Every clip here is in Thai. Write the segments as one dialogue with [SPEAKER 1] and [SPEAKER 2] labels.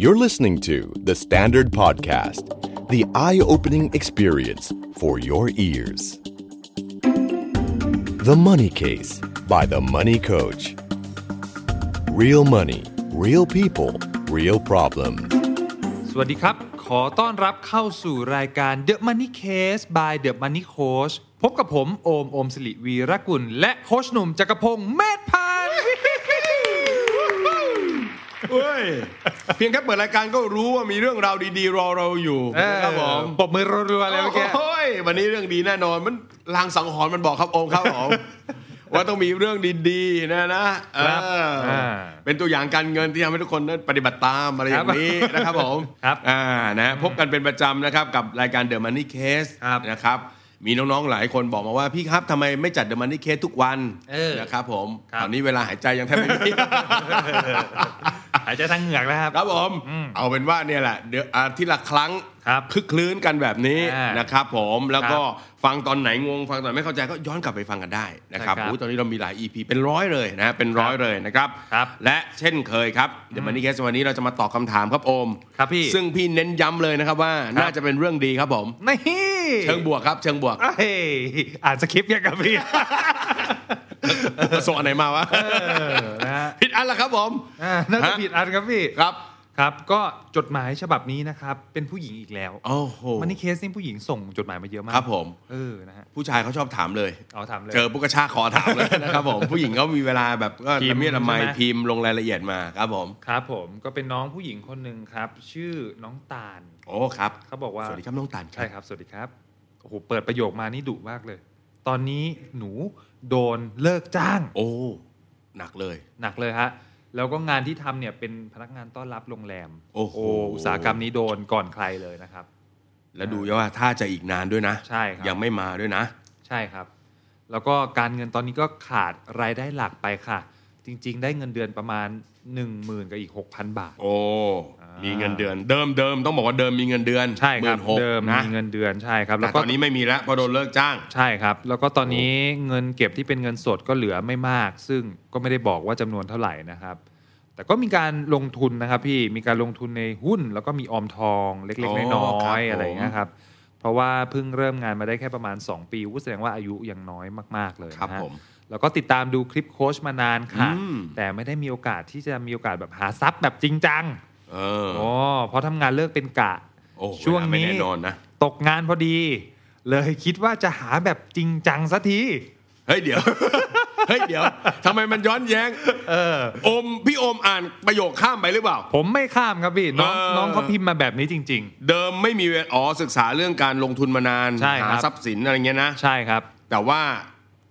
[SPEAKER 1] You're listening to The Standard Podcast, the eye opening experience for your ears. The Money Case by The Money Coach. Real money, real people, real problem.
[SPEAKER 2] สวัสดีครับ ขอต้อนรับเข้าสู่รายการ The Money Case by The Money Coach พบกับผม โอม โอมสิริวีรกุล และโคชหนุ่มจักรพงศ์เมธพันธ์
[SPEAKER 3] เฮ้ย เพียงแค่เปิดรายการก็รู้ว่ามีเรื่องราวดีๆ รอเราอยู่
[SPEAKER 2] เออ
[SPEAKER 3] ครับผม
[SPEAKER 2] ปรบมือรัวๆเลยเมื่อกี้
[SPEAKER 3] โอ้ยวันนี้เรื่องดีแน่นอนมันลางสังหรณ์มันบอกครับโอมครับผม ว่าต้องมีเรื่องดีๆนะนะเอ
[SPEAKER 2] ครับ
[SPEAKER 3] ออา เป็นตัวอย่างการเงินที่ทำให้ทุกคนนั้นปฏิบัติตามอะไรอย่างนี้
[SPEAKER 2] ครับ
[SPEAKER 3] นะครับผม
[SPEAKER 2] ครับ
[SPEAKER 3] อ่านะพบกันเป็นประจำนะครับกับรายการ The Money Case
[SPEAKER 2] ครับ
[SPEAKER 3] นะครับมีน้องๆหลายคนบอกมาว่าพี่ครับทำไมไม่จัด The Money Case ทุกวัน
[SPEAKER 2] เออ
[SPEAKER 3] นะครับผม
[SPEAKER 2] ครับ
[SPEAKER 3] ตอนนี้เวลาหายใจยังแทบไม่มี
[SPEAKER 2] หายใจทางเหงือกแล้วครับ
[SPEAKER 3] ครับผมเอาเป็นว่าเนี่ยแหละเดี๋ยวอาทิตย์ละครั้ง
[SPEAKER 2] ครับ
[SPEAKER 3] ลึกคลื้นกันแบบนี้
[SPEAKER 2] อ่าน
[SPEAKER 3] นะครับผมแล้วก็ฟังตอนไหนงง ฟังตอนไหนไม่เข้าใจก็ย้อนกลับไปฟังกันได้นะครับ
[SPEAKER 2] ใช่ครับ
[SPEAKER 3] โอ้ยตอนนี้เรามีหลาย EP เป็นร้อยเลยนะเป็นร้อยเลยนะครับ
[SPEAKER 2] ครับ
[SPEAKER 3] และเช่นเคยครับเดี๋ยววันนี้แคสวันนี้เราจะมาตอบคำถามครับโอม
[SPEAKER 2] ครับพี่
[SPEAKER 3] ซึ่งพี่เน้นย้ำเลยนะครับว่า
[SPEAKER 2] ครับ
[SPEAKER 3] น่าจะเป็นเรื่องดีครับผม
[SPEAKER 2] นี่
[SPEAKER 3] เชิงบวกครับเชิงบวก
[SPEAKER 2] เฮ้ยอ่านสคริปต์ยังกับพี่
[SPEAKER 3] ส่งอันไหนมาวะ
[SPEAKER 2] เออนะฮะ
[SPEAKER 3] ผิดอันละครับผม
[SPEAKER 2] อ่าน่าจะผิดอันครับพี่
[SPEAKER 3] ครับ
[SPEAKER 2] ครับ ก็จดหมายฉบับนี้นะครับ เป็นผู้หญิงอีกแล้ว
[SPEAKER 3] โอ้โห
[SPEAKER 2] มันนี่เคสนี่ผู้หญิงส่งจดหมายมาเยอะมาก
[SPEAKER 3] ครับผม
[SPEAKER 2] เออนะฮะ
[SPEAKER 3] ผู้ชายเขาชอบถามเลย
[SPEAKER 2] เอาถามเลย
[SPEAKER 3] เจอปุ๊กกระชากคอถามเลยนะครับ ผม ผู้หญิงก็มีเวลาแบบก็
[SPEAKER 2] พิมพ์
[SPEAKER 3] ละเมียดละไม
[SPEAKER 2] ใช่ไหม
[SPEAKER 3] พิมพ์ลงรายละเอียดมาครับผม
[SPEAKER 2] ครับผมก็เป็นน้องผู้หญิงคนหนึ่งครับ ชื่อน้องตาล
[SPEAKER 3] โอ้ครับ
[SPEAKER 2] เขาบอกว่า
[SPEAKER 3] สวัสดีครับน้องตัน
[SPEAKER 2] ใช่ครับ สวัสดีครับโอ้โหเปิดประโยคมานี่ดุมากเลย ตอนนี้หนูโดนเลิกจ้าง
[SPEAKER 3] โอ้ หนักเลย
[SPEAKER 2] หนักเลยฮะแล้วก็งานที่ทำเนี่ยเป็นพนักงานต้อนรับโรงแรม
[SPEAKER 3] โอ้โห
[SPEAKER 2] อุตสาหกรรมนี้โดนก่อนใครเลยนะครับ
[SPEAKER 3] แล้วดูว่าถ้าจะอีกนานด้วยนะ
[SPEAKER 2] ใช่ครับ
[SPEAKER 3] ยังไม่มาด้วยนะ
[SPEAKER 2] ใช่ครับ แล้วก็การเงินตอนนี้ก็ขาดรายได้หลักไปค่ะ จริง ๆ ได้เงินเดือนประมาณ 1 0,000กับอีก 6,000 บาท
[SPEAKER 3] โอ้มีเงินเดือน เดิมเดิมต้องบอกว่าเดิมมีเงินเดือน
[SPEAKER 2] ใช่ครับ
[SPEAKER 3] 16,000
[SPEAKER 2] เดิม
[SPEAKER 3] นะ
[SPEAKER 2] มีเงินเดือนใช่ครับ
[SPEAKER 3] แต่ตอนนี้ไม่มีแล้วเพราะโดนเลิกจ้าง
[SPEAKER 2] ใช่ครับ แล้วก็ตอนนี้เงินเก็บที่เป็นเงินสดก็เหลือไม่มาก ซึ่งก็ไม่ได้บอกว่าจำนวนเท่าไหร่นะครับ แต่ก็มีการลงทุนนะครับพี่มีการลงทุนในหุ้น แล้วก็มีออมทองเล็กๆน้
[SPEAKER 3] อ๋อครั
[SPEAKER 2] อบ ย
[SPEAKER 3] ผ
[SPEAKER 2] ๆ
[SPEAKER 3] ม
[SPEAKER 2] อะไรอย่างเงี้ยครับ เพราะว่าเพิ่งเริ่มงานมาได้แค่ประมาณ 2 ปีวุ้แสดงว่าอายุยังน้อยมาก ๆ เลย
[SPEAKER 3] ครับ
[SPEAKER 2] นะฮะ
[SPEAKER 3] ผม
[SPEAKER 2] แล้วก็ติดตามดูคลิปโค้ชมานานค่ะ
[SPEAKER 3] อืม
[SPEAKER 2] แต่ไม่ได้มีโอกาสที่จะมีโอกาสแบบหาทรัพย์แบบจริงจัง
[SPEAKER 3] เออ
[SPEAKER 2] อ๋อเพราะทำงานเลิกเป็นกะ
[SPEAKER 3] โอ้
[SPEAKER 2] ช่วงนี้
[SPEAKER 3] เาไม่แน่นอนนะ
[SPEAKER 2] ตกงานพอดี เลยคิดว่าจะหาแบบจริงจังสักที
[SPEAKER 3] เฮ้ยเดี๋ยว เฮ้ยเดี๋ยวทำไมมันย้อนแย้ง
[SPEAKER 2] เออ
[SPEAKER 3] อมพี่อมอ่านประโยคข้ามไปหรือเปล่า
[SPEAKER 2] ผมไม่ข้ามครับพี่ น้อง
[SPEAKER 3] เออ
[SPEAKER 2] น้องเขาพิมพ์มาแบบนี้จริง
[SPEAKER 3] เดิมไม่มีเวลาอ๋อศึกษาเรื่องการลงทุนมานาน
[SPEAKER 2] ใช่ครับ
[SPEAKER 3] หาทรัพย์สินอะไรเงี้ยนะ
[SPEAKER 2] ๆ ใช่ครับ
[SPEAKER 3] แต่ว่า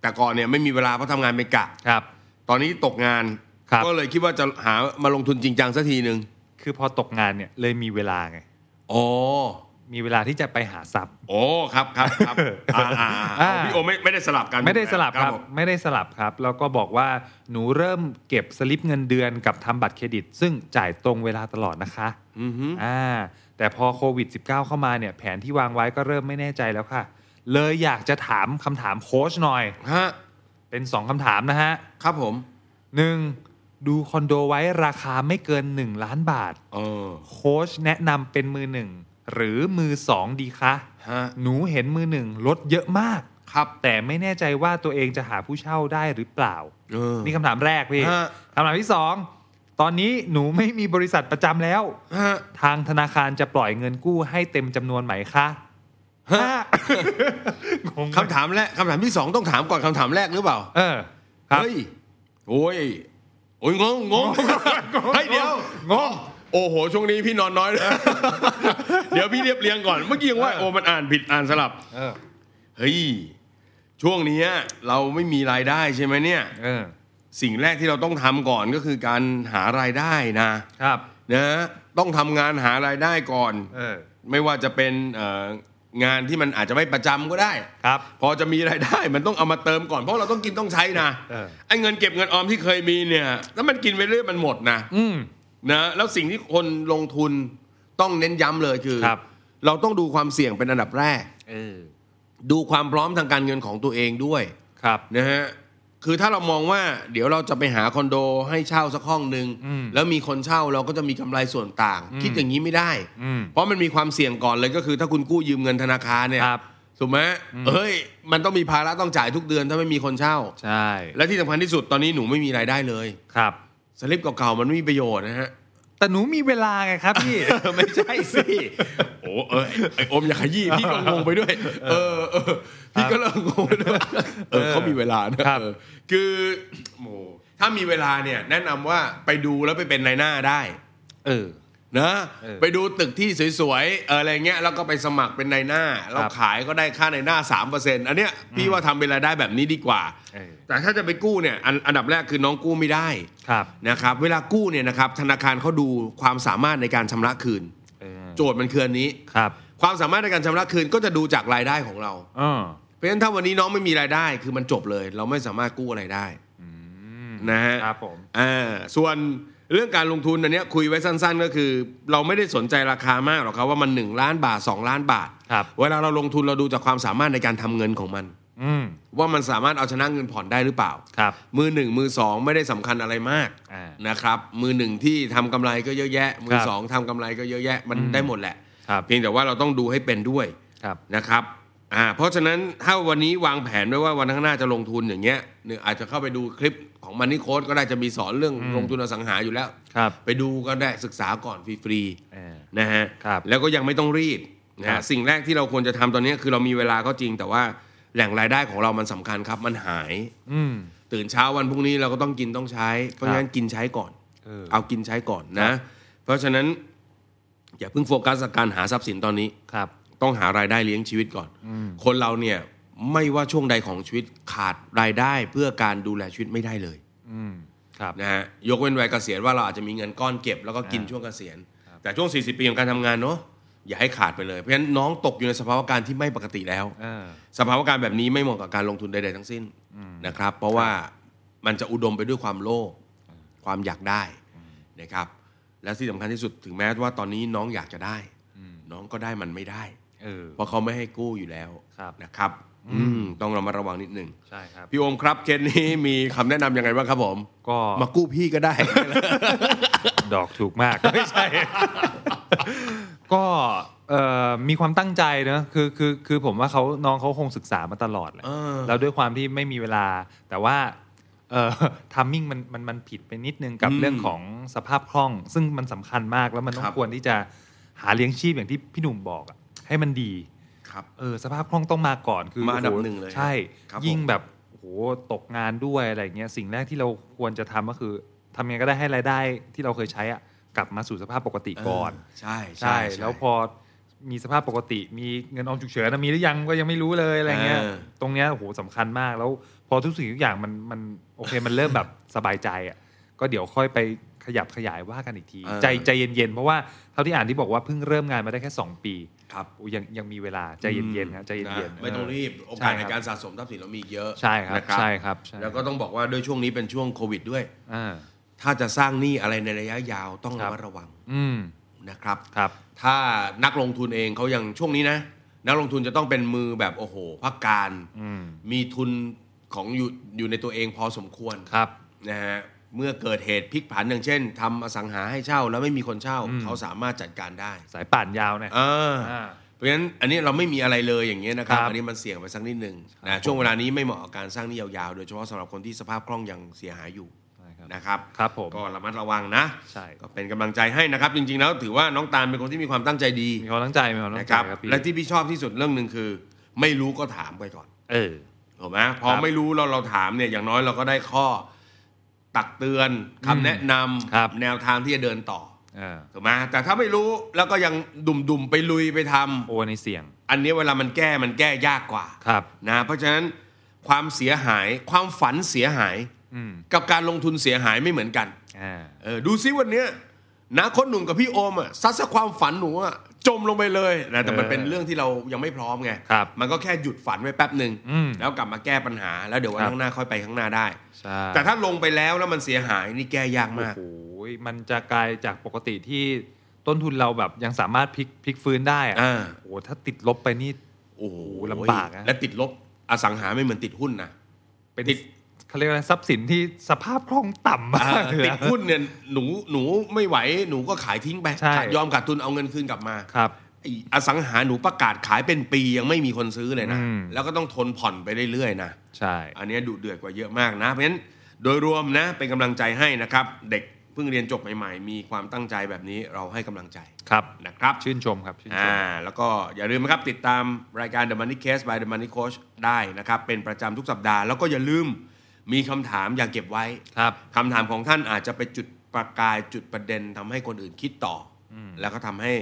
[SPEAKER 3] แต่ก่อนเนี่ยไม่มีเวลาเพราะทำงานเป็นกะ
[SPEAKER 2] ครับ
[SPEAKER 3] ตอนนี้ตกงาน
[SPEAKER 2] ครับ
[SPEAKER 3] ก็เลยคิดว่าจะหามาลงทุนจริงจังสักทีหนึ่ง
[SPEAKER 2] คือพอตกงานเนี่ยเลยมีเวลาไง
[SPEAKER 3] อ๋อ
[SPEAKER 2] มีเวลาที่จะไปหาทรัพย์
[SPEAKER 3] โอ้ครับครับครับอ่าอ่า
[SPEAKER 2] อ่า
[SPEAKER 3] เอาพี่โอไม่ไม่ได้สลับกัน
[SPEAKER 2] ไม่ได้สลับครับ
[SPEAKER 3] ผม
[SPEAKER 2] ไม่ได้สลับครับ แล้วก็บอกว่าหนูเริ่มเก็บสลิปเงินเดือนกับทำบัตรเครดิต ซึ่งจ่ายตรงเวลาตลอดนะคะ
[SPEAKER 3] อือฮึ
[SPEAKER 2] อ่าแต่พอโควิด -19 เข้ามาเนี่ยแผนที่วางไว้ก็เริ่มไม่แน่ใจแล้วค่ะ เลยอยากจะถามคำถามโค้ชหน่อย
[SPEAKER 3] ฮะ
[SPEAKER 2] เป็นสองคำถามนะฮะ
[SPEAKER 3] ครับผม
[SPEAKER 2] หนึ่งดูคอนโดไว้ราคาไม่เกิน 1 ล้านบาท
[SPEAKER 3] เออ
[SPEAKER 2] โค้ชแนะนำเป็นมือหนึ่งหรือมือสองดีคะ
[SPEAKER 3] ฮะ
[SPEAKER 2] หนูเห็นมือหนึ่งลดเยอะมาก
[SPEAKER 3] ครับ
[SPEAKER 2] แต่ไม่แน่ใจว่าตัวเองจะหาผู้เช่าได้หรือเปล่า
[SPEAKER 3] เออ
[SPEAKER 2] นี่คำถามแรกพี่
[SPEAKER 3] ฮะ
[SPEAKER 2] คำถามที่สองตอนนี้หนูไม่มีบริษัทประจำแล้ว
[SPEAKER 3] ฮะ
[SPEAKER 2] ทางธนาคารจะปล่อยเงินกู้ให้เต็มจำนวนไหมคะฮะงงไหม
[SPEAKER 3] คำถามแรกคำถามที่สองต้องถามก่อนคำถามแรกหรือเปล่า
[SPEAKER 2] เออครับ
[SPEAKER 3] เฮ้ย โอ้ย โอ้ยงงงงเฮ้ยเดี๋ยว
[SPEAKER 2] งง
[SPEAKER 3] โอ้โห ช่วงนี้พี่นอนน้อยเลย เดี๋ยวพี่เรียบเรียงก่อน เมื่อกี้ยังว่า
[SPEAKER 2] เออ
[SPEAKER 3] โอ้มันอ่านผิดอ่านสลับ
[SPEAKER 2] เออ
[SPEAKER 3] เฮ้ย ช่วงเนี้ยเราไม่มีรายได้ใช่ไหมเนี่ย
[SPEAKER 2] เออ
[SPEAKER 3] สิ่งแรกที่เราต้องทำก่อนก็คือการหารายได้นะ
[SPEAKER 2] ครับ
[SPEAKER 3] นะ ต้องทำงานหารายได้ก่อน
[SPEAKER 2] เออ
[SPEAKER 3] ไม่ว่าจะเป็นเอ่องานที่มันอาจจะไม่ประจำก็ได้
[SPEAKER 2] ครับ
[SPEAKER 3] พอจะมีรายได้ มันต้องเอามาเติมก่อนเพราะเราต้องกินต้องใช้นะ
[SPEAKER 2] เออ
[SPEAKER 3] ไอ้เงินเก็บเงินออมที่เคยมีเนี่ยแล้วมันกินไปเรื่อยมันหมดนะ
[SPEAKER 2] อืม
[SPEAKER 3] นะแล้วสิ่งที่คนลงทุนต้องเน้นย้ำเลยคือ
[SPEAKER 2] ครับ
[SPEAKER 3] เราต้องดูความเสี่ยงเป็นอันดับแรก
[SPEAKER 2] เออ
[SPEAKER 3] ดูความพร้อมทางการเงินของตัวเองด้วย
[SPEAKER 2] ครับ
[SPEAKER 3] นะฮะ คือถ้าเรามองว่าเดี๋ยวเราจะไปหาคอนโดให้เช่าสักห้องหนึ่ง
[SPEAKER 2] อืม
[SPEAKER 3] แล้วมีคนเช่าเราก็จะมีกำไรส่วนต่าง
[SPEAKER 2] อืม
[SPEAKER 3] คิดอย่างนี้ไม่ได้
[SPEAKER 2] อืม
[SPEAKER 3] เพราะมันมีความเสี่ยงก่อนเลยก็คือ ถ้าคุณกู้ยืมเงินธนาคารเนี่ย
[SPEAKER 2] ครับ
[SPEAKER 3] ถูกไหมเฮ้ย มันต้องมีภาระต้องจ่ายทุกเดือนถ้าไม่มีคนเช่า
[SPEAKER 2] ใช่
[SPEAKER 3] และที่สำคัญที่สุดตอนนี้หนูไม่มีรายได้เลย
[SPEAKER 2] ครับ
[SPEAKER 3] สลิปเก่าๆมันไม่มีประโยชน์นะฮะ
[SPEAKER 2] แต่หนูมีเวลาไงครับพี่
[SPEAKER 3] ไม่ใช่สิ โอ้เออไอโอมอย่าขยี้พี่ก็งงไปด้วย เออเออพี่ก็เริ่มงงไปด้วยเออเขามีเวลานะครับ เออคือโหถ้ามีเวลาเนี่ย แนะนำว่าไปดูแล้วไปเป็นนายหน้าได้
[SPEAKER 2] เออ
[SPEAKER 3] นะ
[SPEAKER 2] เออ
[SPEAKER 3] ไปดูตึกที่สวยๆเอออะไรเงี้ยแล้วก็ไปสมัครเป็นนายหน้าเรา
[SPEAKER 2] ครับ
[SPEAKER 3] ขายก็ได้ค่านายหน้าสามเปอร์เซ็นต์อันเนี้ยพี่ว่าทำเป็นรายได้แบบนี้ดีกว่า
[SPEAKER 2] เออ
[SPEAKER 3] แต่ถ้าจะไปกู้เนี่ยอันอันดับแรกคือน้องกู้ไม่ได้
[SPEAKER 2] ครับ
[SPEAKER 3] นะครับ เวลากู้เนี่ยนะครับธนาคารเขาดูความสามารถในการชำระคืน
[SPEAKER 2] เออ
[SPEAKER 3] โจทย์มันคืออันนี้
[SPEAKER 2] ครับ
[SPEAKER 3] ความสามารถในการชำระคืนก็จะดูจากรายได้ของเรา
[SPEAKER 2] เออ
[SPEAKER 3] เพราะฉะนั้นถ้าวันนี้น้องไม่มีรายได้คือมันจบเลย เราไม่สามารถกู้อะไรได้
[SPEAKER 2] อืม
[SPEAKER 3] นะฮะ
[SPEAKER 2] ครับผม
[SPEAKER 3] อ่าส่วนเรื่องการลงทุนอันเนี้ยคุยไว้สั้นๆ ก็คือ เราไม่ได้สนใจราคามากหรอกครับว่ามัน 1 ล้านบาท 2 ล้านบาท
[SPEAKER 2] ครับ
[SPEAKER 3] เวลาเราลงทุนเราดูจากความสามารถในการทำเงินของมัน
[SPEAKER 2] อืม
[SPEAKER 3] ว่ามันสามารถเอาชนะเงินผ่อนได้หรือเปล่า
[SPEAKER 2] ครับ
[SPEAKER 3] มือหนึ่งมือสองไม่ได้สำคัญอะไรมาก
[SPEAKER 2] อ่า
[SPEAKER 3] นะครับมือหนึ่งที่ทำกำไรก็เยอะแยะ มื
[SPEAKER 2] ค
[SPEAKER 3] อ
[SPEAKER 2] รับ
[SPEAKER 3] สองทำกำไรก็เยอะแยะมัน
[SPEAKER 2] อืม
[SPEAKER 3] ได้หมดแหละ
[SPEAKER 2] ครับ
[SPEAKER 3] เพียงแต่ว่าเราต้องดูให้เป็นด้วย
[SPEAKER 2] ครับ
[SPEAKER 3] นะครับ อ่า เพราะฉะนั้นถ้าวันนี้วางแผนไว้ว่าวันข้างหน้าจะลงทุนอย่างเงี้ยเนี่ยอาจจะเข้าไปดูคลิปของมันนี่โค้ดก็ได้จะมีสอนเรื่อง
[SPEAKER 2] อืม
[SPEAKER 3] ลงทุนอสังหาอยู่แล้ว
[SPEAKER 2] ครับ
[SPEAKER 3] ไปดูก็ได้ศึกษาก่อนฟรี
[SPEAKER 2] เออ
[SPEAKER 3] ๆนะฮะ
[SPEAKER 2] ครับ
[SPEAKER 3] แล้วก็ยังไม่ต้องรีบนะ
[SPEAKER 2] ครั
[SPEAKER 3] ฮะ
[SPEAKER 2] บ
[SPEAKER 3] สิ่งแรกที่เราควรจะทำตอนนี้คือเรามีเวลาก็จริง แต่ว่าแหล่งรายได้ของเรามันสำคัญครับ มันหาย
[SPEAKER 2] อืม
[SPEAKER 3] ตื่นเช้าวันพรุ่งนี้เราก็ต้องกินต้องใช้ เพราะฉะนั้นกินใช้ก่อน
[SPEAKER 2] เออ
[SPEAKER 3] เอากินใช้ก่อนนะ เพราะฉะนั้นอย่าเพิ่งโฟกัสกับการหาทรัพย์สินตอนนี้
[SPEAKER 2] ครับ
[SPEAKER 3] ต้องหารายได้เลี้ยงชีวิตก่อน คนเราเนี่ยไม่ว่าช่วงใดของชีวิตขาดรายได้เพื่อการดูแลชีวิตไม่ได้เลย
[SPEAKER 2] อืมครับ
[SPEAKER 3] นะฮะยกเว้นวัยเกษียณว่าเราอาจจะมีเงินก้อนเก็บแล้วก็กินช่วงเกษียณ แต่ช่วง 40 ปีของการทำงานเนาะอย่าให้ขาดไปเลย เพราะฉะนั้นน้องตกอยู่ในสภาวะการที่ไม่ปกติแล้ว
[SPEAKER 2] เออ
[SPEAKER 3] สภาวะการแบบนี้ไม่เหมาะกับการลงทุนใดๆทั้งสิ้นนะครับ เพราะว่ามันจะอุดมไปด้วยความโลภความอยากได้นะครับ และที่สำคัญที่สุดถึงแม้ว่าตอนนี้น้องอยากจะได้
[SPEAKER 2] อืม
[SPEAKER 3] น้องก็ได้มันไม่ได้
[SPEAKER 2] เออ
[SPEAKER 3] เพราะเขาไม่ให้กู้อยู่แล้ว
[SPEAKER 2] ครับ
[SPEAKER 3] นะครับ อืมต้องระมัดระวังนิดหนึ่ง
[SPEAKER 2] ใช่ครับ
[SPEAKER 3] พี่โอมครับเคสนี้มีคำแนะนำยังไงบ้างครับผม
[SPEAKER 2] ก็
[SPEAKER 3] มากู้พี่ก็ได้
[SPEAKER 2] ดอกถูกมาก ไม่ใช่ ก็เอ่อมีความตั้งใจนะคือคือคือผมว่าเขาน้องเขาคงศึกษามาตลอดแหละ
[SPEAKER 3] เออ
[SPEAKER 2] แล้วด้วยความที่ไม่มีเวลา แต่ว่าเอ่อ ทัมมิ่งมันมันมันผิดไปนิดนึงกับ
[SPEAKER 3] อืม
[SPEAKER 2] เรื่องของสภาพคล่อง ซึ่งมันสำคัญมากแล้วมันต้อ
[SPEAKER 3] ครั
[SPEAKER 2] ง
[SPEAKER 3] บ
[SPEAKER 2] ควรที่จะหาเลี้ยงชีพอย่างที่พี่หนุ่มบอกอะให้มันดี
[SPEAKER 3] ครับ
[SPEAKER 2] เออสภาพคล่องต้องมาก่อนคือ
[SPEAKER 3] มาอันดับ
[SPEAKER 2] โอ้โ
[SPEAKER 3] หนึ่งเลย
[SPEAKER 2] ใช่
[SPEAKER 3] ครับ
[SPEAKER 2] ยิ่ง
[SPEAKER 3] ผม
[SPEAKER 2] แบบโอ้โหตกงานด้วยอะไรอย่างเงี้ยสิ่งแรกที่เราควรจะทำก็คือทำยังไงก็ได้ให้รายได้ที่เราเคยใช้อะกลับมาสู่สภาพปกติก่อน
[SPEAKER 3] เใช่
[SPEAKER 2] ใช่แล้วพอมีสภาพปกติ มีเงินออมฉุกเฉินนะมีหรือยังก็ยังไม่รู้เลยอะไรเงี้ยตรงเนี้ยโอ้โหสำคัญมากแล้วพอทุกสิ่งทุกอย่างมันมันโอเคมันเริ่มแบบสบายใจอ่ะก็เดี๋ยวค่อยไปขยับขยายว่ากันอีกที ใจใจเย็นๆเพราะว่าเท่าที่อ่านที่บอกว่าเพิ่งเริ่มงานมาได้แค่ 2 ปี
[SPEAKER 3] ครับ
[SPEAKER 2] โอ้ยังยังมีเวลาใจเย็นๆครับใจ
[SPEAKER 3] นะ
[SPEAKER 2] เย็นๆ
[SPEAKER 3] ไม่ต้องรีบ โอกาสในการสะสมทรัพย์สินเรามีเยอะ
[SPEAKER 2] ใช่ครับ
[SPEAKER 3] นะ
[SPEAKER 2] ใช่ครับใช่
[SPEAKER 3] แล้วก็ต้องบอกว่าด้วยช่วงนี้เป็นช่วงโควิดด้วย
[SPEAKER 2] อ่า
[SPEAKER 3] ถ้าจะสร้างหนี้อะไรในระยะยาวต้อง
[SPEAKER 2] ครับ
[SPEAKER 3] ระมัดระวัง
[SPEAKER 2] อืม
[SPEAKER 3] นะครับ
[SPEAKER 2] ครับ
[SPEAKER 3] ถ้านักลงทุนเองเขายังช่วงนี้นะ นักลงทุนจะต้องเป็นมือแบบโอ้โหพักการ
[SPEAKER 2] อืม
[SPEAKER 3] มีทุนของอยู่อยู่ในตัวเองพอสมควร
[SPEAKER 2] ครับ
[SPEAKER 3] นะฮะเมื่อเกิดเหตุพลิกผันอย่างเช่นทำอสังหาให้เช่าแล้วไม่มีคนเช่า
[SPEAKER 2] อืม
[SPEAKER 3] เขาสามารถจัดการได้
[SPEAKER 2] สายป่านยาวเนี่ย
[SPEAKER 3] เออเพราะฉะนั้นอันนี้เราไม่มีอะไรเลยอย่างเงี้ยนะครับ
[SPEAKER 2] ครับ
[SPEAKER 3] อันนี้มันเสี่ยงไปสักนิดหนึ่ง
[SPEAKER 2] ครั
[SPEAKER 3] นะ
[SPEAKER 2] บ
[SPEAKER 3] ช่วงเวลานี้ไม่เหมาะกับการสร้างหนี้ยาวๆ โดยเฉพาะสำหรับคนที่สภาพคล่องยังเสียหายอยู่
[SPEAKER 2] ใช่ครับ
[SPEAKER 3] นะครับ
[SPEAKER 2] ครับผม
[SPEAKER 3] ก็ระมัดระวังนะ
[SPEAKER 2] ใช่
[SPEAKER 3] ก็เป็นกำลังใจให้นะครับ จริงๆแล้วถือว่าน้องตาลเป็นคนที่มีความตั้งใจดี
[SPEAKER 2] มีความตั้งใจมีความตั้
[SPEAKER 3] นะ
[SPEAKER 2] ง
[SPEAKER 3] ค
[SPEAKER 2] ใจ
[SPEAKER 3] รับ
[SPEAKER 2] ครับพี่
[SPEAKER 3] และที่พี่ชอบที่สุดเรื่องหนึ่งคือ ไม่รู้ก็ถามไปก่อน
[SPEAKER 2] เออ
[SPEAKER 3] ถูกไหมพอ
[SPEAKER 2] ครับ
[SPEAKER 3] ไม่รู้เราเราถามเนี่ยอย่างน้อยเราก็ได้ข้อตักเตือน
[SPEAKER 2] อื
[SPEAKER 3] คำ
[SPEAKER 2] ม
[SPEAKER 3] แนะนำ
[SPEAKER 2] ครับ
[SPEAKER 3] แนวทางที่จะเดินต่อ
[SPEAKER 2] อ่า
[SPEAKER 3] ถูกไหมแต่ถ้าไม่รู้แล้วก็ยังดุ่มๆไปลุยไปทำ
[SPEAKER 2] โอ้ในเสียง
[SPEAKER 3] อันเนี้ยเวลามันแก้มันแก้ยากกว่า
[SPEAKER 2] ครับ
[SPEAKER 3] นะเพราะฉะนั้นความเสียหายความฝันเสียหาย
[SPEAKER 2] อืม
[SPEAKER 3] กับการลงทุนเสียหายไม่เหมือนกัน
[SPEAKER 2] อ่า
[SPEAKER 3] เออดูซิวันเนี้ยนะคนหนุ่มกับพี่โอมอะซัดซะความฝันหนูอะจมลงไปเลยนะแต่มันเป็นเรื่องที่เรายังไม่พร้อมไง
[SPEAKER 2] ครับ
[SPEAKER 3] มันก็แค่หยุดฝันไว้แป๊บหนึ่ง
[SPEAKER 2] อืม
[SPEAKER 3] แล้วกลับมาแก้ปัญหา แล้วเดี๋ยววัน
[SPEAKER 2] ครับ
[SPEAKER 3] ข้างหน้าค่อยไปข้างหน้าได้
[SPEAKER 2] ใช่
[SPEAKER 3] แต่ถ้าลงไปแล้วแล้วมันเสียหายนี่แก้ยาก
[SPEAKER 2] โอ้
[SPEAKER 3] มาก
[SPEAKER 2] โหมันจะกลายจากปกติที่ต้นทุนเราแบบยังสามารถพลิกพลิกฟื้นได้อะ
[SPEAKER 3] อ่า
[SPEAKER 2] โอ้ถ้าติดลบไปนี่
[SPEAKER 3] โอ้โห
[SPEAKER 2] ลำบากนะ
[SPEAKER 3] และติดลบอสังหาไม่เหมือนติดหุ้นนะ
[SPEAKER 2] เป็น
[SPEAKER 3] ติด
[SPEAKER 2] เขาเรียกว่าทรัพย์สินที่สภาพคล่องต่ำมากเลย
[SPEAKER 3] อ่าติด
[SPEAKER 2] นะ
[SPEAKER 3] หุ้นเนี่ยหนูหนูไม่ไหวหนูก็ขายทิ้งไป
[SPEAKER 2] ใช่
[SPEAKER 3] ขาดยอมขาดทุนเอาเงินคืนกลับมา
[SPEAKER 2] ครับ
[SPEAKER 3] ไอ้อสังหาหนูประกาศขายเป็นปียังไม่มีคนซื้อเลยนะ
[SPEAKER 2] อืม
[SPEAKER 3] แล้วก็ต้องทนผ่อนไปเรื่อยๆนะ
[SPEAKER 2] ใช่
[SPEAKER 3] อันเนี้ยดุเดือดกว่าเยอะมากนะ เพราะฉะนั้นโดยรวมนะเป็นกำลังใจให้นะครับ เด็กเพิ่งเรียนจบใหม่ ๆ มีความตั้งใจแบบนี้เราให้กำลังใจ
[SPEAKER 2] ครับ
[SPEAKER 3] นะครับ
[SPEAKER 2] ชื่นชมครับชื่นช
[SPEAKER 3] อ่าม แล้วก็อย่าลืมนะครับ ติดตามรายการ The Money Case by The Money Coach ได้นะครับ เป็นประจำทุกสัปดาห์ แล้วก็อย่าลืมมีคำถามอย่าเก็บไว้
[SPEAKER 2] ครับ
[SPEAKER 3] คำถามของท่านอาจจะไปจุดประกายจุดประเด็นทำให้คนอื่นคิดต่ออแล้วก็ทำให้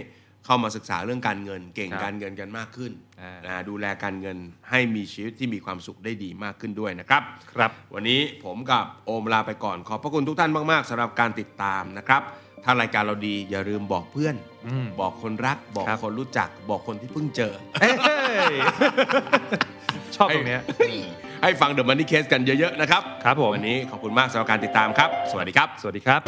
[SPEAKER 3] เข้ามาศึกษาเรื่องการเงิน เก่ง
[SPEAKER 2] ครับ
[SPEAKER 3] การเงินกันมากขึ้น
[SPEAKER 2] อ่าน
[SPEAKER 3] นะดูแลการเงินให้มีชีวิตที่มีความสุขได้ดีมากขึ้นด้วยนะครับ
[SPEAKER 2] ครับ
[SPEAKER 3] วันนี้ผมกับโอมลาไปก่อนขอบพระคุณทุกท่านมาก ๆสำหรับการติดตามนะครับ ถ้ารายการเราดีอย่าลืมบอกเพื่อน
[SPEAKER 2] อืม
[SPEAKER 3] บอกคนรัก บอก
[SPEAKER 2] ครับ
[SPEAKER 3] คนรู้จัก บอกคนที่เพิ่งเจอ
[SPEAKER 2] เอ้ย ชอบตรงเนี้ย
[SPEAKER 3] ให้ฟังเดอะมันนี่เคสกันเยอะ ๆ นะครับ
[SPEAKER 2] ครับผม
[SPEAKER 3] วันนี้ขอบคุณมากสำหรับการติดตามครับ สวัสดีครับ
[SPEAKER 2] สวัสดีครับ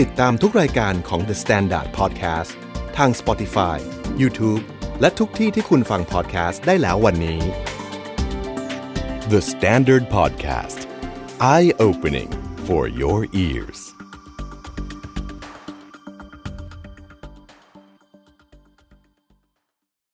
[SPEAKER 1] ติดตามทุกรายการของ The Standard Podcast ทาง Spotify, YouTube และทุกที่ที่คุณฟัง podcast ได้แล้ววันนี้ The Standard Podcast Eye Opening for Your Ears